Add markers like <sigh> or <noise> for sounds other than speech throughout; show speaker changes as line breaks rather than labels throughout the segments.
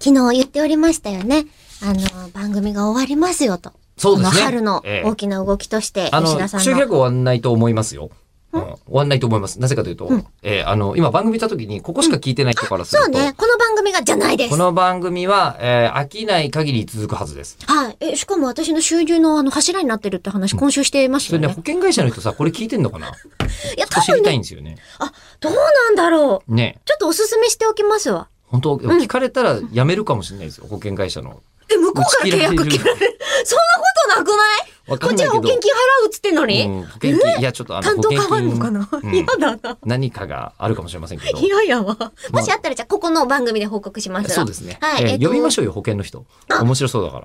昨日言っておりましたよね。あの、番組が終わりますよと。
そうですね
この春の
ええ
大きな動きとして、
あの、
吉
集
田さん
客
の。
終わんないと思いますよ。うん、終わんないと思います。なぜかというと、
うん
えーあの、今番組見た時に、ここしか聞いてない人からする
そう
と、
ね。この番組がじゃないです。
この番組は、えー飽きない限り続くはずです。
はい。え、しかも私の収入のあの柱になってるって話、今週してまし
そ
た
れ
よ
ね、
ね
保。険会社の人さ、これ聞いてんのかな
いや、多
ちょっと知り
分
た
ね、
いんですよね。
どうなんだろう。
ね
ちょっとおすすめしておきますわ。
本当聞かれたら辞めるかもしれないですよ、保険会社の。
え、向こうから契約
打ち
切
切
ら
ら
れる。 <laughs> そんなことなくない
わか
こっ
ん
ち
ない
は
け
保
ど。
険金払うっつってんのに、
うん、保険金、いや、ちょっとあの、
担
保
当
険
変わるのか
金、
な、
うん
嫌だな。
何かがあるかもしれませんけど。
嫌やわ。
まあ
もしあったらじゃあここの番組で報告しますわ。
そうですね。
はい
えー
えっと
呼びましょうよ、保険の人。面白そうだから。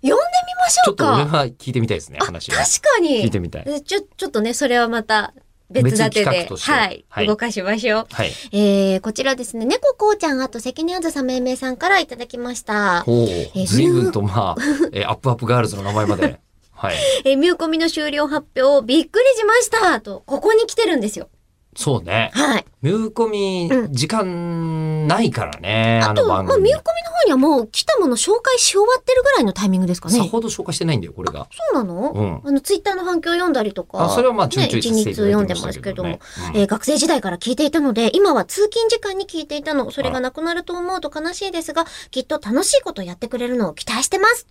呼んでみまし
ち
ょ
ょっ
う
と俺
か。
は聞いてみたいですね、
あ、確
話を。
かに。
聞いてみたい。
えちょ、ちょっとね、それはまた別立て
別企
で
画、として
はい、
はい
動かしましょう。
はい。
えー、こちらですね、猫こうちゃんあと関根あずさめいめいさんからいただきました。
ほ
え
う、随分とまあ、えーアップアップガールズの名前ま
<laughs>
で。はい。
えー、見込みの終了発表、びっくりしましたと、ここに来てるんですよ。
そうね。
はい。
ミューコミ
う、ん
時間ないからね、あ
あ
の
と、
番
まあ、見込み。
組
の方にはもう来たもの紹介し終わってるぐらいのタイミングですかね。
さ
そ
ほど紹介してないんだよ、これが。
うなの、
うん。
あの、ツイッターの反響を読んだりとか。
あ、それはまあ、ちょいちょい
ね、一
させて
日
いただ
読ん
い
で
てまし
ま
た
す
け
け
ど
ども。
ね。うん
えー学生時代から聞いていたので、今は通勤時間に聞いていたの。それがなくなると思うと悲しいですが、きっと楽しいことをやってくれるのを期待してます。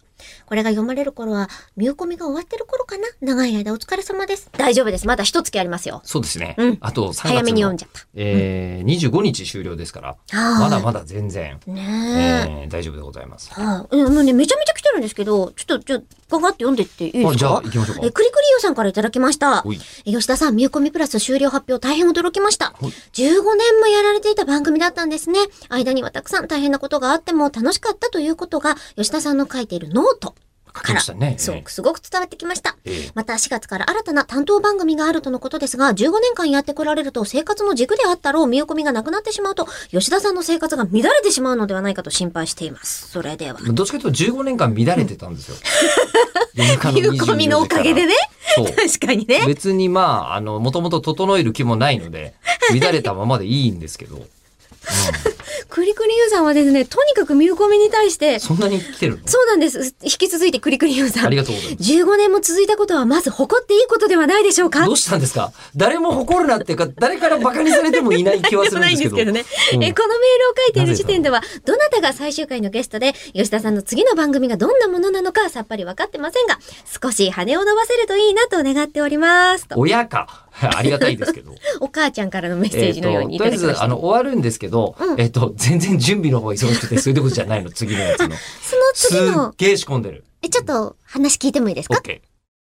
これが読まれる頃は、見込みが終わってる頃かな長い間お疲れ様です。大丈夫です。まだ一月ありますよ。
そうですね
うん。
あと、3
早め
月
に読ん
の、
じゃった。
えー、25日終了ですから、
あー
まだまだ全然、
ねえ。
えー大丈夫でございます。
はい、うんもうね、めちゃめちゃ来てるんですけど、ちょっと、じゃあ、ガガって読んでっていいです
あ
か
じゃあ、行きましょう
えー、
か。
クリクリよさんからいただきました。
おい。
えー吉田さん、ミューコミプラス終了発表大変驚きました。
はい
15年もやられていた番組だったんですね。間にはたくさん大変なことがあっても楽しかったということが、吉田さんの書いているノートか
書きま
ら、
したね
そう
ええ、
すごく伝わってきました。
えー
また4月から新たな担当番組があるとのことですが、15年間やってこられると生活の軸であったろう見込みがなくなってしまうと、吉田さんの生活が乱れてしまうのではないかと心配しています。それでは。
どっちかというと15年間乱れてたんで
<laughs>
すよ。
見
見
込みのおかげでね。
そう。
確かにね。
別にまあ、あの、もともと整える気もないので、乱れたままでいいんですけど、うん
クリクリユーさんはですね、とにかく見込みに対して、
そんなに来てるの
そうなんです。引き続いてクリクリユーさ
あ
ん
り。がとうございます。
15年も続いたことはまず誇っていいことではないでしょうか
どうしたんですか誰も誇るなっていうか、誰から馬鹿にされてもいない気はするん
<laughs>
ですけど。
ないんですけどね。
う
え
ん
このメールを書いている時点では、どなたが最終回のゲストで、吉田さんの次の番組がどんなものなのかさっぱり分かってませんが、少し羽を伸ばせるといいなと願っております。と
親か。ありがたいです
<laughs>
けど。
お母ちゃんからのメッセ
え
ー
っ
ジ
と、
のようにい
と
た
りあ
だき
え
まし
ず、
た。
あの、終わるんですけど、
うん
えっと、全然準備の方が忙しくて、そういうことじゃないの、次のや
そ
つの。
の <laughs>
す
次
っ
の、
げえ仕込んでる。
えちょっと話聞いてもいいですか
OK。